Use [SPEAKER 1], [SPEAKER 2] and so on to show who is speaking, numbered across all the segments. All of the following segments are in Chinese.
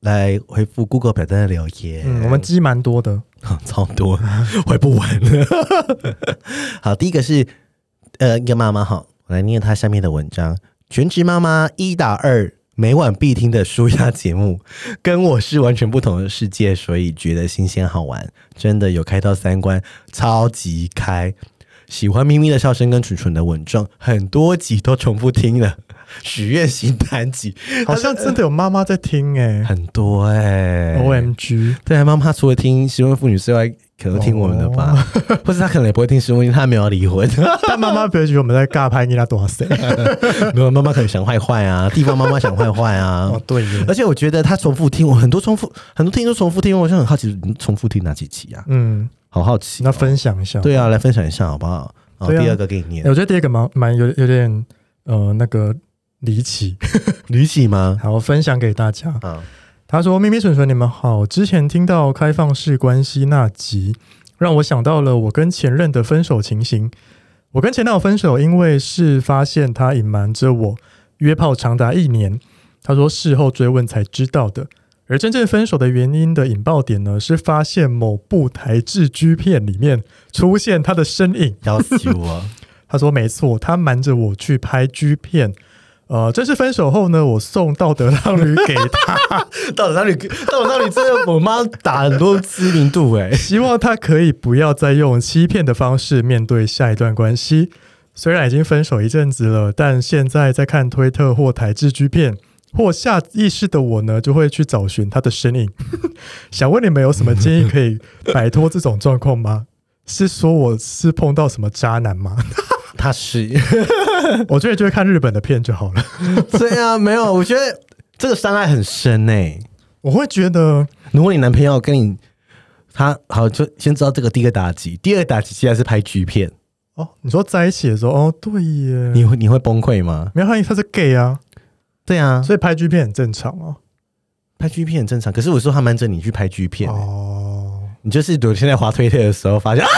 [SPEAKER 1] 来回复 Google 表单的留言，
[SPEAKER 2] 嗯，我们记蛮多的，
[SPEAKER 1] 超多，回不完。 好，第一个是呃，一个妈妈哈，我来念她下面的文章：全职妈妈一打二，每晚必听的舒压节目， 跟我是完全不同的世界，所以觉得新鲜好玩，真的有开到三观，超级开。喜欢咪咪的笑声跟蠢蠢的稳重，很多集都重复听了。许愿型单集
[SPEAKER 2] 好像真的有妈妈在听哎、
[SPEAKER 1] 很多哎、
[SPEAKER 2] O M G，
[SPEAKER 1] 对啊，妈妈除了听新婚妇女之外，可能听我们的吧， 或是她可能也不会听新婚，因为她没有离 婚。
[SPEAKER 2] 但妈妈不要觉得我们在尬拍你那多塞
[SPEAKER 1] 没有，妈妈可能想坏坏啊，地方妈妈想坏坏啊。
[SPEAKER 2] 哦，对耶，
[SPEAKER 1] 而且我觉得她重复听，我很多重复，很多听都重复听，我就很好奇，你重复听哪几集啊？
[SPEAKER 2] 嗯，
[SPEAKER 1] 好好奇。
[SPEAKER 2] 那分享一下。
[SPEAKER 1] 对啊，来分享一下好不好？好，
[SPEAKER 2] 对啊
[SPEAKER 1] 第二个给你
[SPEAKER 2] 哎、
[SPEAKER 1] 念，
[SPEAKER 2] 我觉得第一个蛮蛮有有点呃那个离奇，
[SPEAKER 1] 吕喜吗？
[SPEAKER 2] 好，我分享给大家。
[SPEAKER 1] 啊，
[SPEAKER 2] 他说：“咪咪蠢蠢，你们好。之前听到开放式关系那集，让我想到了我跟前任的分手情形。我跟前男友分手，因为是发现他隐瞒着我约炮长达一年。他说事后追问才知道的。而真正分手的原因的引爆点呢，是发现某部台制 G 片里面出现他的身影。
[SPEAKER 1] 要死我！
[SPEAKER 2] 他说：“没错，他瞒着我去拍 G 片。呃，正式分手后呢，我送道德 浪女给他。”
[SPEAKER 1] 到底那里，到底那里，真的我妈打很多知名度 哎、
[SPEAKER 2] 希望他可以不要再用欺骗的方式面对下一段关系。虽然已经分手一阵子了，但现在在看推特或台制剧片，或下意识的我呢，就会去找寻他的身影。 想问你们有什么建议可以摆脱这种状况吗？是说我是碰到什么渣男吗？
[SPEAKER 1] 她是。
[SPEAKER 2] 我觉得就会看日本的片就好了。
[SPEAKER 1] 对啊，没有，我觉得这个伤害很深哎、
[SPEAKER 2] 我会觉得，
[SPEAKER 1] 如果你男朋友跟你，他好就先知道这个第一个打击，第二个打击现在是拍 G 片，
[SPEAKER 2] 哦，你说在一起的时候，哦，对耶，
[SPEAKER 1] 你会你会崩溃吗？
[SPEAKER 2] 没有，他他是 gay 啊，
[SPEAKER 1] 对啊，
[SPEAKER 2] 所以拍剧片很正常哦。
[SPEAKER 1] 拍 G 片很正常。可是我说他瞒着你去拍 G 片、
[SPEAKER 2] 哦。
[SPEAKER 1] 你就是我现在滑推特的时候发现啊，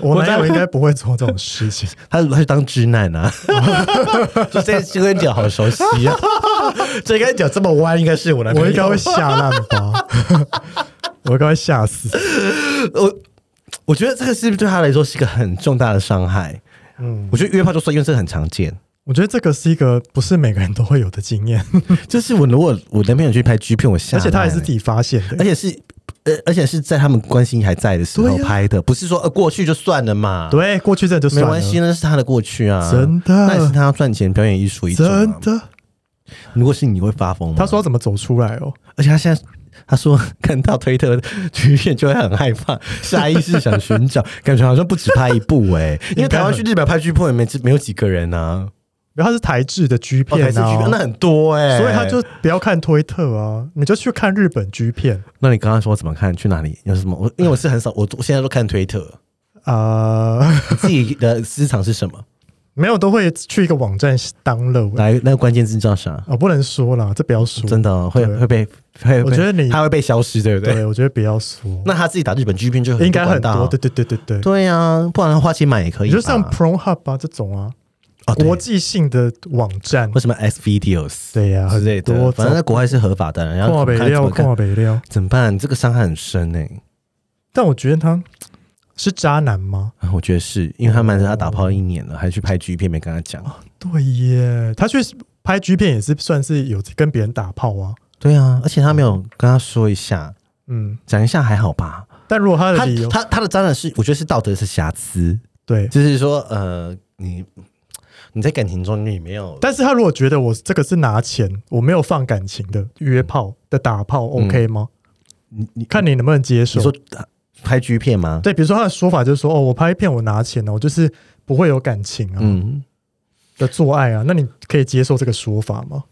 [SPEAKER 2] 我男友应该不会做这种事 情。
[SPEAKER 1] 他他就当直 男啊，就这这根脚好熟悉啊，这根脚这么弯，应该是我男朋
[SPEAKER 2] 我应该
[SPEAKER 1] 友。
[SPEAKER 2] 会吓烂 吧，我应该会吓死。
[SPEAKER 1] 我我觉得这个是不是对他来说是一个很重大的伤害？
[SPEAKER 2] 嗯，
[SPEAKER 1] 我觉得约炮就算，因为这个很常见。
[SPEAKER 2] 我觉得这个是一个不是每个人都会有的经验，
[SPEAKER 1] 就是我如果我男朋友去拍 G 片，我吓
[SPEAKER 2] 而
[SPEAKER 1] 烂欸，
[SPEAKER 2] 且他还是自己发现的
[SPEAKER 1] 而。且是呃，而且是在他们关系还在的时候
[SPEAKER 2] 对啊
[SPEAKER 1] 拍的，不是说呃过去就算了嘛，，
[SPEAKER 2] 对，过去这就
[SPEAKER 1] 啊没
[SPEAKER 2] 算了，
[SPEAKER 1] 关系，那是他的过去啊，
[SPEAKER 2] 真的
[SPEAKER 1] 那也是他要赚钱，表演艺术一种、
[SPEAKER 2] 真
[SPEAKER 1] 啊。
[SPEAKER 2] 的。
[SPEAKER 1] 如果是你会发疯吗？
[SPEAKER 2] 他说要怎么走出来哦？
[SPEAKER 1] 而且他现在。他说看到推特局面就会很害怕，下意识想寻找，感觉好像不止拍一 部哎、因为台湾去日本拍剧破也没没有几个人啊，
[SPEAKER 2] 然后他是台制的 G
[SPEAKER 1] 哦，台
[SPEAKER 2] 片
[SPEAKER 1] 式剧
[SPEAKER 2] 啊，
[SPEAKER 1] 那很多哎、
[SPEAKER 2] 所以他就不要看推特啊，你就去看日本 G 片
[SPEAKER 1] 那你刚刚说怎么看去哪里有什么？我因为我是很少，我我现在都看推特，
[SPEAKER 2] 啊，
[SPEAKER 1] 你自己的私藏是什么？
[SPEAKER 2] 没有都会去一个网站当了
[SPEAKER 1] 来，那个关键字叫啥？
[SPEAKER 2] 啊，不能说啦，这不要说。
[SPEAKER 1] 真的哦会
[SPEAKER 2] 对
[SPEAKER 1] 会被会，
[SPEAKER 2] 我觉得
[SPEAKER 1] 被
[SPEAKER 2] 你
[SPEAKER 1] 他会被消失，对不对？
[SPEAKER 2] 对，我觉得不要说，
[SPEAKER 1] 那他自己打日本 G 片就
[SPEAKER 2] 应该很
[SPEAKER 1] 管道
[SPEAKER 2] 多。
[SPEAKER 1] 啊
[SPEAKER 2] 对对对对对。
[SPEAKER 1] 对啊，不然他花钱买也可以
[SPEAKER 2] 你
[SPEAKER 1] 吧。
[SPEAKER 2] 就上 ProHub 啊这种啊，
[SPEAKER 1] 啊，对
[SPEAKER 2] 国际性的网站
[SPEAKER 1] 为，什么 S Videos
[SPEAKER 2] 对呀、
[SPEAKER 1] 之类
[SPEAKER 2] 很多
[SPEAKER 1] 的，反正在
[SPEAKER 2] 种
[SPEAKER 1] 国外是合法的，然后
[SPEAKER 2] 跨北
[SPEAKER 1] 怎么看怎
[SPEAKER 2] 料，
[SPEAKER 1] 么
[SPEAKER 2] 跨
[SPEAKER 1] 看，
[SPEAKER 2] 北料。
[SPEAKER 1] 怎么办？这个伤害很深哎。
[SPEAKER 2] 但我觉得他是渣男吗？
[SPEAKER 1] 啊我觉得是因为他瞒着他打炮一年了，还去拍 G 片没跟他讲。
[SPEAKER 2] 哦对耶，他去拍 G 片也是算是有跟别人打炮啊。
[SPEAKER 1] 对啊，而且他没有跟他说一下，
[SPEAKER 2] 嗯，
[SPEAKER 1] 讲一下还好吧。
[SPEAKER 2] 但如果他的
[SPEAKER 1] 他
[SPEAKER 2] 理由
[SPEAKER 1] 他他的渣男是，我觉得是道德是瑕疵，
[SPEAKER 2] 对，
[SPEAKER 1] 就是说呃，你你在感情中你没有
[SPEAKER 2] 但是他如果觉得我这个是拿钱，我没有放感情的约炮的打炮
[SPEAKER 1] 嗯
[SPEAKER 2] ，OK 吗？
[SPEAKER 1] 你你
[SPEAKER 2] 看你能不能接
[SPEAKER 1] 你
[SPEAKER 2] 受
[SPEAKER 1] 说。呃拍 G 片吗？
[SPEAKER 2] 对，比如说他的说法就是说，哦，我拍片我拿钱哦，我就是不会有感情啊、
[SPEAKER 1] 嗯，
[SPEAKER 2] 的做爱啊，那你可以接受这个说法吗？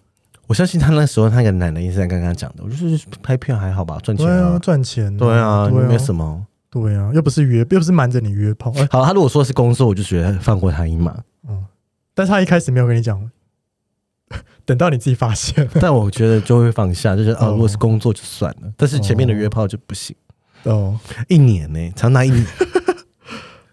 [SPEAKER 1] 我相信他那时候那个男的也是在跟他讲的，我就是拍片还好吧，赚钱
[SPEAKER 2] 对啊，
[SPEAKER 1] 啊，
[SPEAKER 2] 赚钱、
[SPEAKER 1] 对啊，
[SPEAKER 2] 对
[SPEAKER 1] 又
[SPEAKER 2] 啊，
[SPEAKER 1] 没有什么。
[SPEAKER 2] 对啊，又不是约，又不是瞒着你约炮。哎、
[SPEAKER 1] 好，他如果说是工作，我就觉得放过他一 马。
[SPEAKER 2] 嗯，但是他一开始没有跟你讲，等到你自己发现了
[SPEAKER 1] 但我觉得就会放下，就是啊，
[SPEAKER 2] 哦
[SPEAKER 1] 如果是工作就算了，但是前面的
[SPEAKER 2] 哦
[SPEAKER 1] 约炮就不行。
[SPEAKER 2] 哦。
[SPEAKER 1] 一年呢、长达一 年，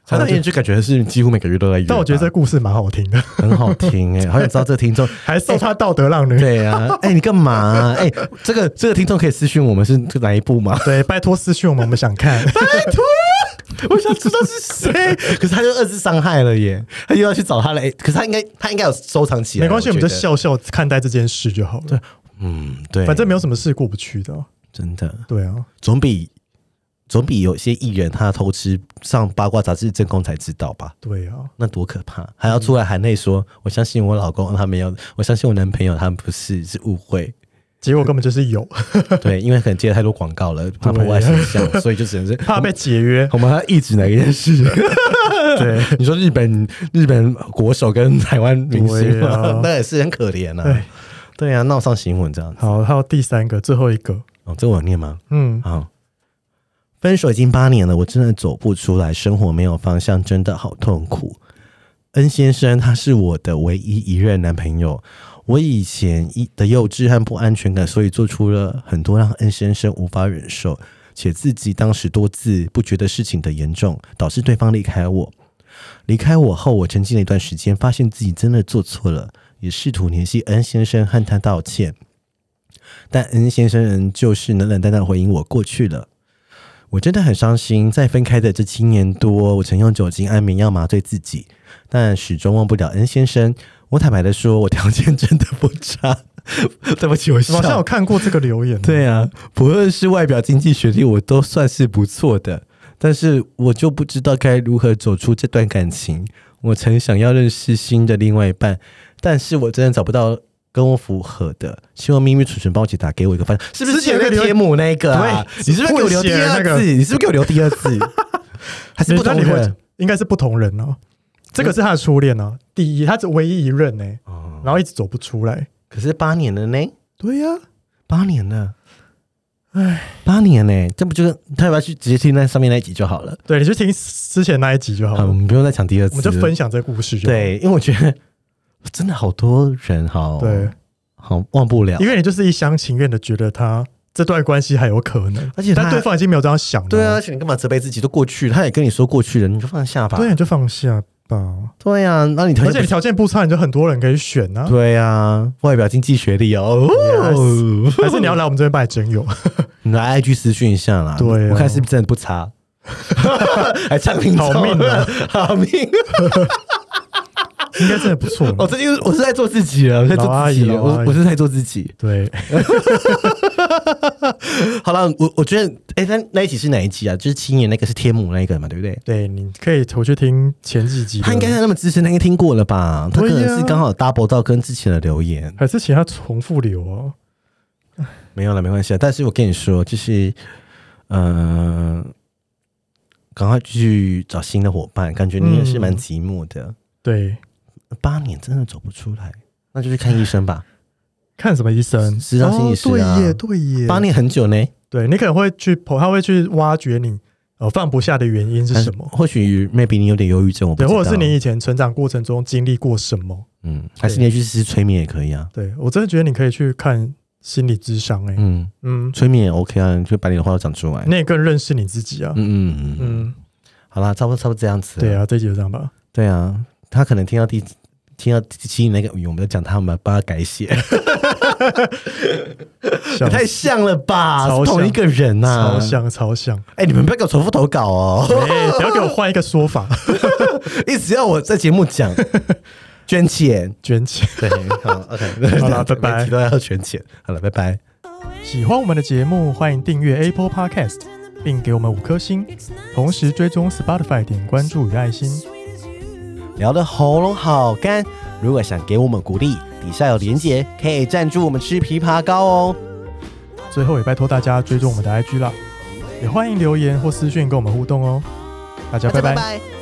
[SPEAKER 1] 长达一年就感觉是几乎每个月都在约吧。
[SPEAKER 2] 但我觉得这故事蛮好听的，
[SPEAKER 1] 很好听哎、好想知道这个听众。
[SPEAKER 2] 还送他道德浪女。
[SPEAKER 1] 对啊，哎、你干嘛、啊？哎、这个这个听众可以私讯我们是哪一部吗？
[SPEAKER 2] 对，拜托私讯我们，我们想 看。
[SPEAKER 1] 我想知道是谁。可是他就二次伤害了耶，他又要去找他了。哎、可是他应该他应该有收藏起来。
[SPEAKER 2] 没关系，我们就
[SPEAKER 1] 觉得。
[SPEAKER 2] 笑笑看待这件事就好了。
[SPEAKER 1] 嗯，对，
[SPEAKER 2] 反正没有什么事过不去的啊。
[SPEAKER 1] 真的
[SPEAKER 2] 对啊，
[SPEAKER 1] 总比总比有些艺人他偷吃上八卦杂志正宫才知道吧。
[SPEAKER 2] 对啊，
[SPEAKER 1] 那多可怕！还要出来喊内说：“
[SPEAKER 2] 嗯
[SPEAKER 1] 我相信我老公，他没有；我相信我男朋友，他不是是误会。
[SPEAKER 2] 结果根本就是有，
[SPEAKER 1] 对，因为可能接了太多广告了，怕破坏形象，所以就只能是
[SPEAKER 2] 怕被解 约。
[SPEAKER 1] 我们要抑制哪一件事？
[SPEAKER 2] 对，
[SPEAKER 1] 你说日本日本国手跟台湾明星
[SPEAKER 2] 对
[SPEAKER 1] 吗，
[SPEAKER 2] 啊
[SPEAKER 1] 那也是很可怜啊
[SPEAKER 2] 对。
[SPEAKER 1] 对啊，闹上新闻这样。
[SPEAKER 2] 好，还有第三个，最后一个，
[SPEAKER 1] 哦，这我有念吗？
[SPEAKER 2] 嗯，
[SPEAKER 1] 好，分手已经八年了，我真的走不出来，生活没有方向，真的好痛苦。恩先生他是我的唯一一任男朋友，我以前一的幼稚和不安全感，所以做出了很多让恩先生无法忍受，且自己当时多次不觉得事情的严重，导致对方离开我。离开我后，我沉浸了一段时间，发现自己真的做错了，也试图联系恩先生和他道歉。但恩先生仍旧是冷冷淡淡地回应我过去了。我真的很伤心，在分开的这七年多，我曾用酒精、安眠药麻醉自己，但始终忘不了恩先生。我坦白的说，我条件真的不差。 对不起，我
[SPEAKER 2] 好像
[SPEAKER 1] 笑
[SPEAKER 2] 有看过这个留言。，哦
[SPEAKER 1] 对啊，不论是外表、经济、学历，我都算是不错的，但是我就不知道该如何走出这段感情。我曾想要认识新的另外一半，但是我真的找不到跟我符合的。希望秘密储存帮我解答，给我一个方向。是不是
[SPEAKER 2] 之前
[SPEAKER 1] 前
[SPEAKER 2] 那个
[SPEAKER 1] 那个
[SPEAKER 2] 留
[SPEAKER 1] 贴母那个啊？
[SPEAKER 2] 对
[SPEAKER 1] 你是不是给我留第
[SPEAKER 2] 混血
[SPEAKER 1] 二
[SPEAKER 2] 那
[SPEAKER 1] 次？
[SPEAKER 2] 个
[SPEAKER 1] 你是不是给我留第二次？ 还是不同
[SPEAKER 2] 你那你
[SPEAKER 1] 人
[SPEAKER 2] 会？应该是不同人啊。这个是他的初恋啊，第一，他只唯一一任呢、欸
[SPEAKER 1] 哦
[SPEAKER 2] 然后一直走不出来。
[SPEAKER 1] 可是八年了呢，
[SPEAKER 2] 对呀、
[SPEAKER 1] 八年了，
[SPEAKER 2] 唉，
[SPEAKER 1] 八年呢，这不就是他要不要去直接听那上面那一集就好了？
[SPEAKER 2] 对，你去听之前那一集就好
[SPEAKER 1] 好，
[SPEAKER 2] 了，
[SPEAKER 1] 哦我们不用再讲第二
[SPEAKER 2] 我
[SPEAKER 1] 次
[SPEAKER 2] 们
[SPEAKER 1] 了，
[SPEAKER 2] 就分享这个故事就好。
[SPEAKER 1] 对，因为我觉得真的好多人好，
[SPEAKER 2] 对，
[SPEAKER 1] 好忘不了
[SPEAKER 2] 因。为你就是一厢情愿的觉得他这段关系还有可能，
[SPEAKER 1] 而且他
[SPEAKER 2] 但对方已经没有这样想了，
[SPEAKER 1] 对啊，而且你干嘛责备自己？都过去了，他也跟你说过去了，你就放下吧。
[SPEAKER 2] 对，你就放下吧。
[SPEAKER 1] 对啊，那你条
[SPEAKER 2] 而且
[SPEAKER 1] 件
[SPEAKER 2] 你
[SPEAKER 1] 不
[SPEAKER 2] 条件不差，你就很多人可以选啊。
[SPEAKER 1] 对啊，外表、经济、学历 哦。
[SPEAKER 2] Yes 还是你要来我们这边帮你征 友？
[SPEAKER 1] 你来 IG 私讯一下啦。
[SPEAKER 2] 对啊
[SPEAKER 1] 我看是不是真的不 差，还唱听
[SPEAKER 2] 好命啊，
[SPEAKER 1] 好命！
[SPEAKER 2] 应该真的不错。
[SPEAKER 1] 我哦最近我是在做自己了，我在
[SPEAKER 2] 老
[SPEAKER 1] 做
[SPEAKER 2] 阿
[SPEAKER 1] 自
[SPEAKER 2] 姨
[SPEAKER 1] 己了，
[SPEAKER 2] 老阿
[SPEAKER 1] 我
[SPEAKER 2] 姨
[SPEAKER 1] 我是在做自己。
[SPEAKER 2] 对，
[SPEAKER 1] 好了，我我觉得，哎，那那一集是哪一集啊？就是七年那个是天母那一个嘛，对不对？
[SPEAKER 2] 对，你可以回去听前几集的。
[SPEAKER 1] 他应该在那么资深，他应该听过了吧？他可能是刚好 double 到跟之前的留言，
[SPEAKER 2] 还是其他重复流啊？
[SPEAKER 1] 没有了，没关系啊。但是我跟你说，就是，嗯、赶快去找新的伙伴，感觉你也
[SPEAKER 2] 嗯
[SPEAKER 1] 是蛮寂寞的。
[SPEAKER 2] 对，
[SPEAKER 1] 八年真的走不出来，那就去看医生吧。
[SPEAKER 2] 看什么医生？
[SPEAKER 1] 时尚心理师啊
[SPEAKER 2] 哦对耶，对耶。
[SPEAKER 1] 八年很久呢，
[SPEAKER 2] 对你可能会去剖，他会去挖掘你呃放不下的原因是什么？
[SPEAKER 1] 或许 maybe 你有点忧郁症，我不
[SPEAKER 2] 对，
[SPEAKER 1] 知道。
[SPEAKER 2] 或者是你以前成长过程中经历过什么？
[SPEAKER 1] 嗯，还是你去试试催眠也可以啊。
[SPEAKER 2] 对我真的觉得你可以去看心理智商、欸，哎，
[SPEAKER 1] 嗯，
[SPEAKER 2] 嗯，
[SPEAKER 1] 催眠也 OK 啊，你就把你的话都讲出来。
[SPEAKER 2] 那也更认识你自己啊，
[SPEAKER 1] 嗯嗯嗯，
[SPEAKER 2] 嗯，
[SPEAKER 1] 好啦，差不多差不多这样子。
[SPEAKER 2] 对啊，这集就这样吧，
[SPEAKER 1] 对啊，他可能听到第听到第七那个语，我们在讲他们帮他改写，
[SPEAKER 2] 笑
[SPEAKER 1] 也太像了吧？
[SPEAKER 2] 超像
[SPEAKER 1] 是同一个人呐、
[SPEAKER 2] 超
[SPEAKER 1] 啊！
[SPEAKER 2] 像超 像，
[SPEAKER 1] 哎、你们不要给我重复投稿哦，
[SPEAKER 2] 哎，不要给我换一个说法，
[SPEAKER 1] 一直要我在节目 讲捐钱。
[SPEAKER 2] 卷起。
[SPEAKER 1] 对，好，OK，
[SPEAKER 2] 好啦拜拜
[SPEAKER 1] 每集都要捐钱。好了，拜拜。
[SPEAKER 2] 喜欢我们的节目，欢迎订阅 Apple Podcast，并给我们五颗星，同时追踪 Spotify 点关注与爱心。
[SPEAKER 1] 聊的喉咙好干，如果想给我们鼓励，底下有连结，可以赞助我们吃枇杷膏哦。
[SPEAKER 2] 最后也拜托大家追踪我们的 IG 啦，也欢迎留言或私讯跟我们互动哦。大家拜拜
[SPEAKER 1] 拜。